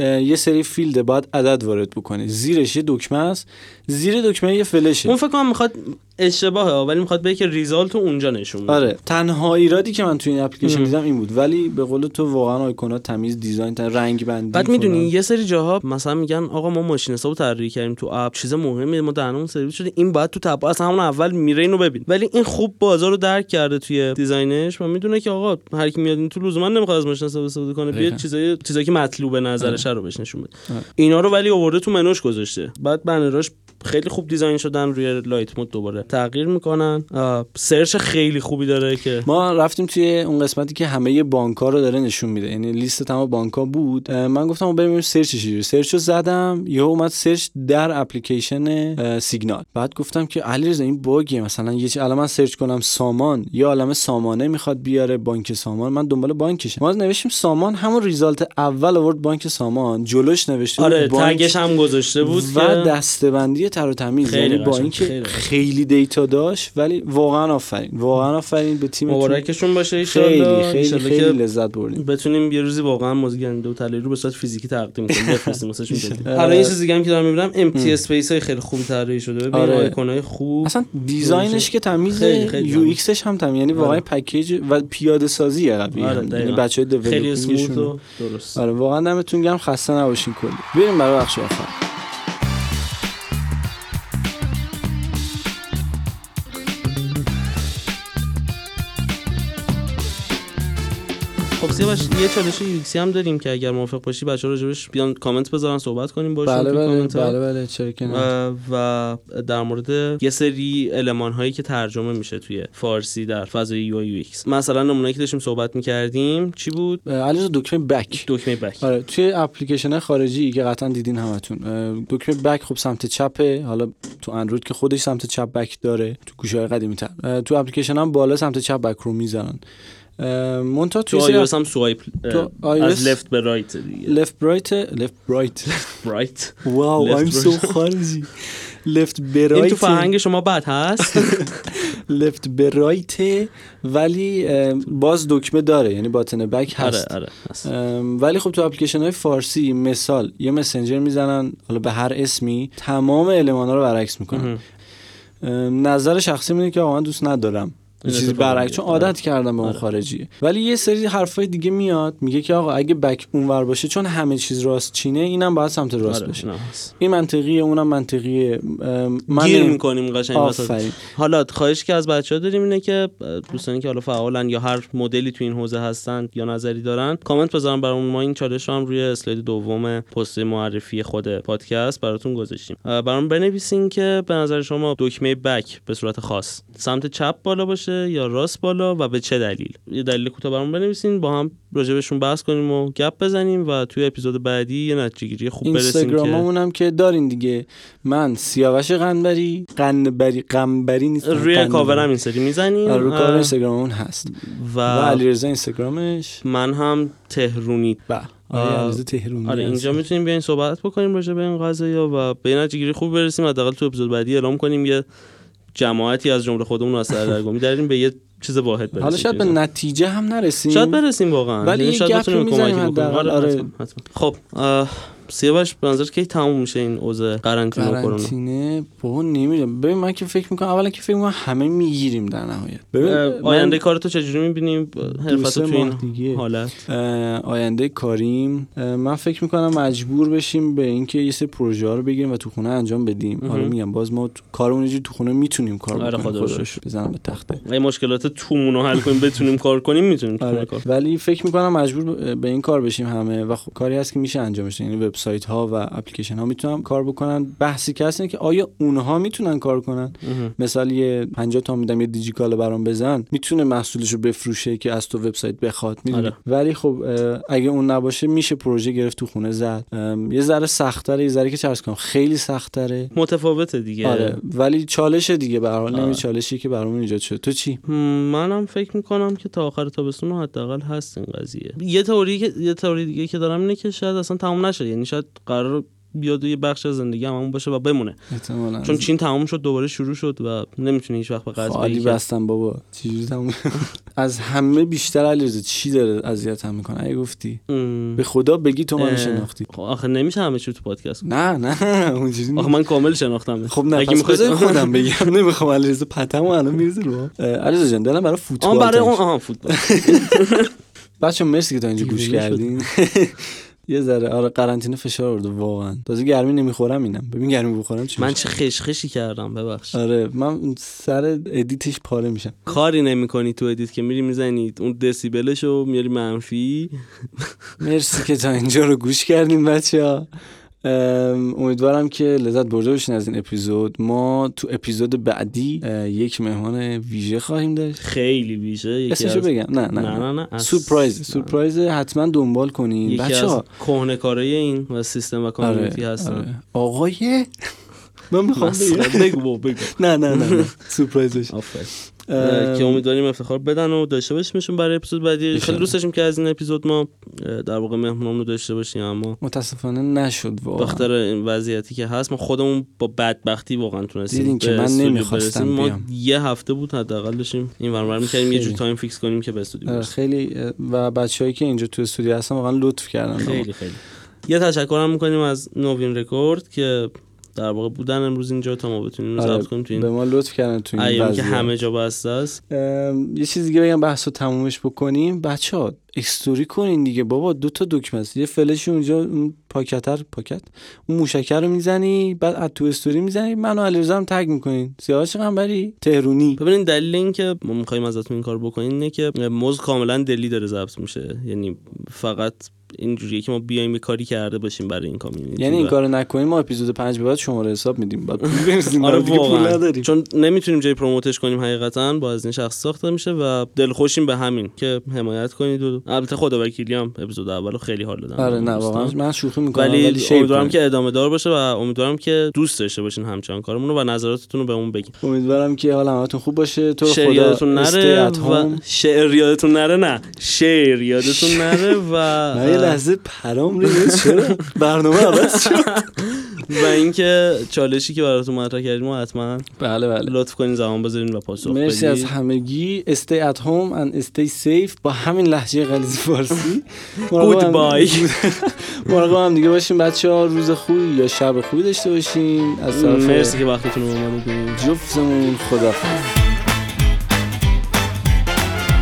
[SPEAKER 3] یه سری فیلده باید عدد وارد بکنی زیرش یه دکمه است زیر دکمه یه
[SPEAKER 2] اون
[SPEAKER 3] فلشه
[SPEAKER 2] فکر کنم میخواد اشتباهه ولی میخواد بگه که ریزالت رو اونجا نشون بده.
[SPEAKER 3] آره تنها ایرادی که من تو این اپلیکیشن
[SPEAKER 2] مم.
[SPEAKER 3] دیدم این بود ولی به قول تو واقعا آیکونا تمیز دیزاین تن رنگ بندی
[SPEAKER 2] بعد میدونی
[SPEAKER 3] فلان.
[SPEAKER 2] یه سری جاها مثلا میگن آقا ما ماشین حسابو طراحی کردیم تو اپ چیز مهمه ما دهنمون سرویس شده این باید تو تبع اصلا همون اول میره اینو ببین ولی این خوب بازار رو درک کرده توی دیزاینش و میدونه که آقا هر کی میاد این تو لزوما نمیخواد از ماشین حساب استفاده کنه بیا
[SPEAKER 3] دقیقاً.
[SPEAKER 2] چیزای چیزایی که مطلوب نظرش رو بهش نشون بده
[SPEAKER 3] آره.
[SPEAKER 2] اینا رو ولی آورده تو منوش گذاشته بعد بنراش خیلی خوب دیزاین شدن روی لایت مود دوباره تغییر میکنن آه، سرچ خیلی خوبی داره که
[SPEAKER 3] ما رفتیم توی اون قسمتی که همه بانک رو داره نشون میده یعنی لیست تمام بانک بود اه، من گفتم بریم ببینیم سرچ چجوری سرچ رو زدم یهو اومد سرچ در اپلیکیشن اه، سیگنال بعد گفتم که علیرضا این باگه مثلا یه چی الان من سرچ کنم سامان یا علم سامانه میخواد بیاره بانک سامان من دنبال بانکشم ما نوشتیم سامان همون ریزالت اول آورد بانک سامان جلوش نوشته بود
[SPEAKER 2] آره
[SPEAKER 3] بانک
[SPEAKER 2] تگش هم گذاشته بود
[SPEAKER 3] و
[SPEAKER 2] که-
[SPEAKER 3] دستبندی تر و تمیز
[SPEAKER 2] خیلی
[SPEAKER 3] یعنی با
[SPEAKER 2] قشنگ،
[SPEAKER 3] اینکه
[SPEAKER 2] خیلی
[SPEAKER 3] خیلی,
[SPEAKER 2] قشنگ.
[SPEAKER 3] دیتا داشت ولی واقعا آفرین واقعا آفرین به تیم
[SPEAKER 2] مبارکشون باشه
[SPEAKER 3] خیلی
[SPEAKER 2] ایشالله
[SPEAKER 3] خیلی
[SPEAKER 2] ایشالله
[SPEAKER 3] خیلی
[SPEAKER 2] که
[SPEAKER 3] لذت بردیم
[SPEAKER 2] بتونیم یه روزی واقعا مازگنده و طلایی رو به صورت فیزیکی تقدیم کنیم بفرستیم واسهشون بدیم
[SPEAKER 3] آره.
[SPEAKER 2] حالا یه چیز دیگه هم که دارم میبینم ام تی اسپیس های خیلی خوب طراحی شده ببین
[SPEAKER 3] آره.
[SPEAKER 2] آیکونای خوب
[SPEAKER 3] اصلا دیزاینش که تمیز
[SPEAKER 2] خیلی، خیلی
[SPEAKER 3] یو ایکسش هم تمیز یعنی واقعا
[SPEAKER 2] آره.
[SPEAKER 3] پکیج و پیاده سازی قوی
[SPEAKER 2] آره،
[SPEAKER 3] یعنی
[SPEAKER 2] دقیقاً.
[SPEAKER 3] بچه
[SPEAKER 2] خیلی اسموت
[SPEAKER 3] دیولپینگشون
[SPEAKER 2] و درست
[SPEAKER 3] آره واقعا دمتون گرم خسته نباشین کلی بریم برای بخش آخر
[SPEAKER 2] خب سیاوش یه چالش یو ایکسی هم داریم که اگر موافق باشی بچه‌ها راجبش بیان کامنت بذارن صحبت کنیم باشون
[SPEAKER 3] بله
[SPEAKER 2] توی
[SPEAKER 3] بله
[SPEAKER 2] کامنت‌ها. آره.
[SPEAKER 3] بله بله چرا که نه.
[SPEAKER 2] اه، و در مورد یه سری علمان هایی که ترجمه میشه توی فارسی در فضای یو یو ایکس مثلا نمونه که داشتیم صحبت میکردیم چی بود
[SPEAKER 3] اه، علیرضا دکمه بک
[SPEAKER 2] دکمه بک
[SPEAKER 3] آره توی اپلیکیشن خارجی که قطعا دیدین همتون اه، دکمه بک خب سمت چپه حالا تو اندروید که خودش سمت چپ بک داره تو گوشه های قدیمی تر اه، تو اپلیکیشن هم بالا سمت چپ بک رو میزنن مونتا
[SPEAKER 2] تو
[SPEAKER 3] توی سری
[SPEAKER 2] iOS هم سوایپ
[SPEAKER 3] تو
[SPEAKER 2] اه، از
[SPEAKER 3] iOS
[SPEAKER 2] لفت به رایت دیگه
[SPEAKER 3] لفت برایت لفت برایت
[SPEAKER 2] رایت
[SPEAKER 3] واو
[SPEAKER 2] Left
[SPEAKER 3] I'm
[SPEAKER 2] right.
[SPEAKER 3] so خارجی لفت
[SPEAKER 2] این تو
[SPEAKER 3] برایت
[SPEAKER 2] فرهنگ شما بد هست
[SPEAKER 3] لفت برایت ولی اه، باز دکمه داره یعنی باتن بک
[SPEAKER 2] آره
[SPEAKER 3] هست
[SPEAKER 2] آره هست.
[SPEAKER 3] ام، ولی خب تو اپلیکیشن های فارسی مثال یه مسنجر میزنن حالا به هر اسمی تمام علمان ها رو برعکس میکنن
[SPEAKER 2] مهم.
[SPEAKER 3] نظر شخصی میده که آقا من دوست ندارم
[SPEAKER 2] این
[SPEAKER 3] چیزی
[SPEAKER 2] اتفاق
[SPEAKER 3] برعکس
[SPEAKER 2] میفته.
[SPEAKER 3] چون عادت کردم
[SPEAKER 2] آره.
[SPEAKER 3] به اون خارجی ولی یه سری حرفای دیگه میاد میگه که آقا اگه بک اونور باشه چون همه چیز راست چینه اینم باید سمت راست
[SPEAKER 2] آره،
[SPEAKER 3] باشه
[SPEAKER 2] نه، هست.
[SPEAKER 3] این منطقیه اونم منطقیه ام، من
[SPEAKER 2] گیر میکنیم قشنگ وسط.
[SPEAKER 3] آفرین
[SPEAKER 2] حالا خواهش که از بچه ها داریم اینه که دوستانی که حالا فعالن یا هر مدلی تو این حوزه هستن یا نظری دارن کامنت بذارن برامون ما این چالش رو هم روی اسلاید دوم پست معرفی خود پادکست براتون گذاشتیم اه، برام بنویسین که به نظر شما دکمه بک به صورت خاص سمت چپ بالا باشه یا راست بالا و به چه دلیل یه دلیل کوتاه برام بنویسین با هم راجبشون بحث کنیم و گپ بزنیم و توی اپیزود بعدی یه نتیجه‌گیری خوب خب، برسیم که
[SPEAKER 3] اینستاگراممون هم که دارین دیگه من سیاوش قنبری قنبری قنبری نیست
[SPEAKER 2] روی
[SPEAKER 3] قنبری.
[SPEAKER 2] کاورم این سری میزنیم
[SPEAKER 3] آره، روی کاور
[SPEAKER 2] اه،
[SPEAKER 3] اینستاگراممون هست
[SPEAKER 2] و
[SPEAKER 3] و علیرضا اینستاگرامش
[SPEAKER 2] من هم تهرونی
[SPEAKER 3] بله
[SPEAKER 2] آه،
[SPEAKER 3] آره علیرضا تهرونی
[SPEAKER 2] آره
[SPEAKER 3] هست.
[SPEAKER 2] اینجا میتونیم بیاین صحبت بکنیم راجع به این قضیه و به یه نتیجه‌گیری خوب برسیم حداقل تو اپیزود بعدی اعلام کنیم یه جماعتی از جمله خودمون رو از سردرگمی داریم به یه چیز واحد برسیم
[SPEAKER 3] حالا شاید به نتیجه هم نرسیم
[SPEAKER 2] شاید برسیم واقعا
[SPEAKER 3] ولی
[SPEAKER 2] یعنی
[SPEAKER 3] یه
[SPEAKER 2] شاید
[SPEAKER 3] گپ
[SPEAKER 2] بتونیم
[SPEAKER 3] رو می‌زنیم
[SPEAKER 2] کمکی بکنیم.
[SPEAKER 3] حداقل.
[SPEAKER 2] آره،
[SPEAKER 3] آره.
[SPEAKER 2] حتما، حتما. خب اه، سیاوش به نظر کی تموم میشه این اوضاع قرنطینه و کرونا
[SPEAKER 3] قرنطینه بابا نمیدونم ببین من که فکر میکنم اولا که فکر میکنم همه میگیریم در نهایت
[SPEAKER 2] اه،
[SPEAKER 3] ببین
[SPEAKER 2] آینده
[SPEAKER 3] آینده
[SPEAKER 2] کارتو چجوری میبینیم
[SPEAKER 3] دو
[SPEAKER 2] حرفت
[SPEAKER 3] سه
[SPEAKER 2] تو این
[SPEAKER 3] ماه دیگه.
[SPEAKER 2] حالت
[SPEAKER 3] آینده کاریم اه، من فکر میکنم مجبور بشیم به اینکه یه سری پروژه ها رو بگیریم و تو خونه انجام بدیم حالا میگم باز ما تو- کارمون یه جوری تو خونه میتونیم کار
[SPEAKER 2] آره،
[SPEAKER 3] بکنیم
[SPEAKER 2] خدا
[SPEAKER 3] خودش.
[SPEAKER 2] روشش.
[SPEAKER 3] بزنم به تخته
[SPEAKER 2] اگه مشکلات تومون رو حل کنیم بتونیم کار کنیم میتونیم تو خونه
[SPEAKER 3] آره.
[SPEAKER 2] کار
[SPEAKER 3] ولی فکر میکنم مجبور ب- به این کار بشیم همه و خب کاری هست که میشه انجامش داد. یعنی وبسایت ها و اپلیکیشن ها میتونن کار بکنن بحثی که هست اینه که آیا اونها میتونن کار کنن
[SPEAKER 2] مهم.
[SPEAKER 3] مثال یه 50 تا میدم یه دیجیکال برام بزن میتونه محصولشو بفروشه که از تو وبسایت بخواد میدونی
[SPEAKER 2] آره.
[SPEAKER 3] ولی خب اه، اگه اون نباشه میشه پروژه گرفت تو خونه زد ام، یه ذره سختره یه ذره که چرس کنم خیلی سختره
[SPEAKER 2] متفاوته دیگه
[SPEAKER 3] آره ولی چالش دیگه به هر حال
[SPEAKER 2] آره.
[SPEAKER 3] نمی چالشی که برامون ایجاد شد تو چی
[SPEAKER 2] هم، منم فکر میکنم که تا آخر تابستون رو حداقل هست این قضیه یه تئوری که- یه تئوری دیگه که دارم اینه که شاید اصلا تموم نشه یعنی شاید قرار بیاد و یه بخش از زندگی همون باشه و بمونه
[SPEAKER 3] احتمالاً
[SPEAKER 2] چون چین تموم شد دوباره شروع شد و نمیتونه هیچ وقت به قضیه
[SPEAKER 3] خالی
[SPEAKER 2] که-
[SPEAKER 3] بستم بابا چجوری تموم از همه بیشتر علیرضا چی داره اذیت هم میکنه اگه گفتی
[SPEAKER 2] ام،
[SPEAKER 3] به خدا بگی تو
[SPEAKER 2] اه،
[SPEAKER 3] منو شناختی
[SPEAKER 2] خب آخه نمیشه همه چی تو پادکست
[SPEAKER 3] نه نه اونجوری
[SPEAKER 2] آخه
[SPEAKER 3] نه
[SPEAKER 2] من کامل شناختم
[SPEAKER 3] خب نه
[SPEAKER 2] اگه
[SPEAKER 3] پس
[SPEAKER 2] می‌خوای-
[SPEAKER 3] بذار خودم بگم نمیخوام علیرضا پتمو الان میریزه رو هم. اه، علیرضا جان دلم برای
[SPEAKER 2] آن
[SPEAKER 3] فوتبال
[SPEAKER 2] برای
[SPEAKER 3] تنگ
[SPEAKER 2] اون
[SPEAKER 3] شد.
[SPEAKER 2] آها فوتبال
[SPEAKER 3] بچه مرسی که تا اینجا گوش
[SPEAKER 2] دیوونه شدم.
[SPEAKER 3] کردین یه ذره آره قرنطینه فشار آورده واقعا تازه گرمی نمیخورم اینم ببین گرمی بخورم چی
[SPEAKER 2] من
[SPEAKER 3] میشه.
[SPEAKER 2] چه خشخشی کردم ببخش
[SPEAKER 3] آره من سر ادیتش پاره میشم
[SPEAKER 2] کاری نمیکنی تو ادیت که میری میزنی اون دسیبلش رو میاری منفی
[SPEAKER 3] مرسی که تا اینجا رو گوش کردیم بچه ها امیدوارم که لذت برده باشین از این اپیزود ما تو اپیزود بعدی اه، یک مهمان ویژه خواهیم داشت
[SPEAKER 2] خیلی بیشه یکی
[SPEAKER 3] اسمشو
[SPEAKER 2] از-
[SPEAKER 3] بگم نه نه
[SPEAKER 2] نه
[SPEAKER 3] نه
[SPEAKER 2] نه نه از-
[SPEAKER 3] سورپرایز
[SPEAKER 2] نه.
[SPEAKER 3] سورپرایز حتما دنبال کنین
[SPEAKER 2] یکی
[SPEAKER 3] بچه
[SPEAKER 2] از
[SPEAKER 3] ها
[SPEAKER 2] کهنه کارای این و سیستم و کامیونیتی
[SPEAKER 3] آره،
[SPEAKER 2] هستن
[SPEAKER 3] آقای من میخوام
[SPEAKER 2] مسخره.
[SPEAKER 3] بگم
[SPEAKER 2] بگو بابا، بگو
[SPEAKER 3] نه نه نه نه. سورپرایز بشه.
[SPEAKER 2] آفرین.
[SPEAKER 3] ام،
[SPEAKER 2] اه، آره، که امیدواریم افتخار بدن و داشته باشیمشون برای اپیزود بعدی خیلی
[SPEAKER 3] انشالله.
[SPEAKER 2] دوست داشتیم که از این اپیزود ما اه، در واقع مهمونامون رو داشته باشیم اما
[SPEAKER 3] متاسفانه نشد
[SPEAKER 2] به
[SPEAKER 3] واقعا
[SPEAKER 2] خاطر این وضعیتی که هست ما خودمون با بدبختی واقعا تونستیم
[SPEAKER 3] دیدین که
[SPEAKER 2] به
[SPEAKER 3] من
[SPEAKER 2] استودیو
[SPEAKER 3] نمی‌خواستم
[SPEAKER 2] برسیم. ما
[SPEAKER 3] بیام.
[SPEAKER 2] یه هفته بود حداقل داشتیم این ور اون ور می‌کردیم یه جور
[SPEAKER 3] خیلی. آره.
[SPEAKER 2] تایم فیکس کنیم که به استودیو
[SPEAKER 3] اه،
[SPEAKER 2] برسیم.
[SPEAKER 3] خیلی اه، و بچههایی که اینجا تو استودیو هستن واقعا لطف کردن به ما.
[SPEAKER 2] خیلی خیلی یه تشکر هم میکنیم از نوین رکورد که در واقع بودن امروز اینجا تا ما بتونیم
[SPEAKER 3] آره،
[SPEAKER 2] ضبط کنیم تو
[SPEAKER 3] به
[SPEAKER 2] این
[SPEAKER 3] ما لطف کردن تو این
[SPEAKER 2] ایام که
[SPEAKER 3] وضعیت.
[SPEAKER 2] همه جا بسته است
[SPEAKER 3] ام، یه چیز دیگه بگم بحث رو تمومش بکنیم بچه ها اکستوری کنین دیگه بابا دو تا دکمه است یه فلش اونجا اون پاکتر پاکت اون موشکر رو میزنی بعد از تو استوری میزنی منو علیرضا هم تگ میکنین سیاوش قمبری تهرونی
[SPEAKER 2] ببینید دلیل این که ما میخوایم ازتون این کار بکنین اینه که موز کاملا دلی داره ضبط میشه یعنی فقط اینجوریه که ما بیایم یه کاری کرده باشیم برای این کامیونیتی
[SPEAKER 3] یعنی این
[SPEAKER 2] و-
[SPEAKER 3] کارو نکنیم ما اپیزود 5 به بعد شماره حساب میدیم بعد پول بریزیم.
[SPEAKER 2] آره
[SPEAKER 3] ما دیگه پول
[SPEAKER 2] واقعا
[SPEAKER 3] نداریم
[SPEAKER 2] چون نمیتونیم جای پروموتش کنیم حقیقتا با از این شخص ساخته میشه و دلخوشیم به همین که حمایت کنید و البته خدا وکیلی هم اپیزود اولو خیلی حال دادم
[SPEAKER 3] آره نه
[SPEAKER 2] دوستان.
[SPEAKER 3] واقعا من شوخی میکنم
[SPEAKER 2] ولی
[SPEAKER 3] شیپ
[SPEAKER 2] امیدوارم
[SPEAKER 3] کنین.
[SPEAKER 2] که ادامه دار باشه و امیدوارم که دوست داشته باشین همچنان کارمون رو و نظراتتون رو به اون بگین
[SPEAKER 3] امیدوارم که حال همتون خوب باشه تو رو
[SPEAKER 2] شعر
[SPEAKER 3] خدا
[SPEAKER 2] یادتون نره و شعر یادتون نره نه شعر یادتون نره و
[SPEAKER 3] من
[SPEAKER 2] آره.
[SPEAKER 3] یه لحظه پرام ریخت چرا برنامه عوض شد
[SPEAKER 2] و اینکه چالشی که براتون مطرح کردیم و حتما
[SPEAKER 3] بله بله
[SPEAKER 2] لطف کنین زمان بذارین و پاسخ
[SPEAKER 3] مرسی از
[SPEAKER 2] بدین
[SPEAKER 3] همگی stay at home and stay safe با همین لحجه غلیظ فارسی مراقب هم-
[SPEAKER 2] Goodbye.
[SPEAKER 3] مراقب هم دیگه باشیم بچه ها روز خوبی یا شب خوبی داشته باشین از طرف
[SPEAKER 2] مرسی که وقتتون رو به ما می‌دونین.
[SPEAKER 3] جفتمون خدا
[SPEAKER 4] I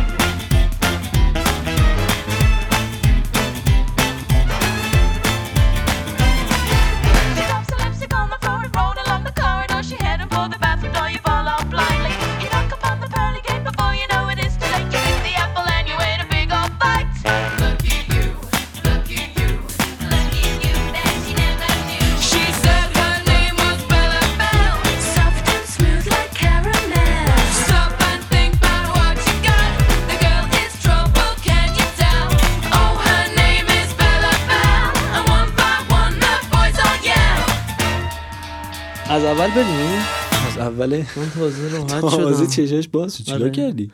[SPEAKER 2] از اول بریم
[SPEAKER 3] از اول
[SPEAKER 2] من تازه راحت شدم
[SPEAKER 3] تازه چشش باز شد. چیکار
[SPEAKER 2] آره.
[SPEAKER 3] کردی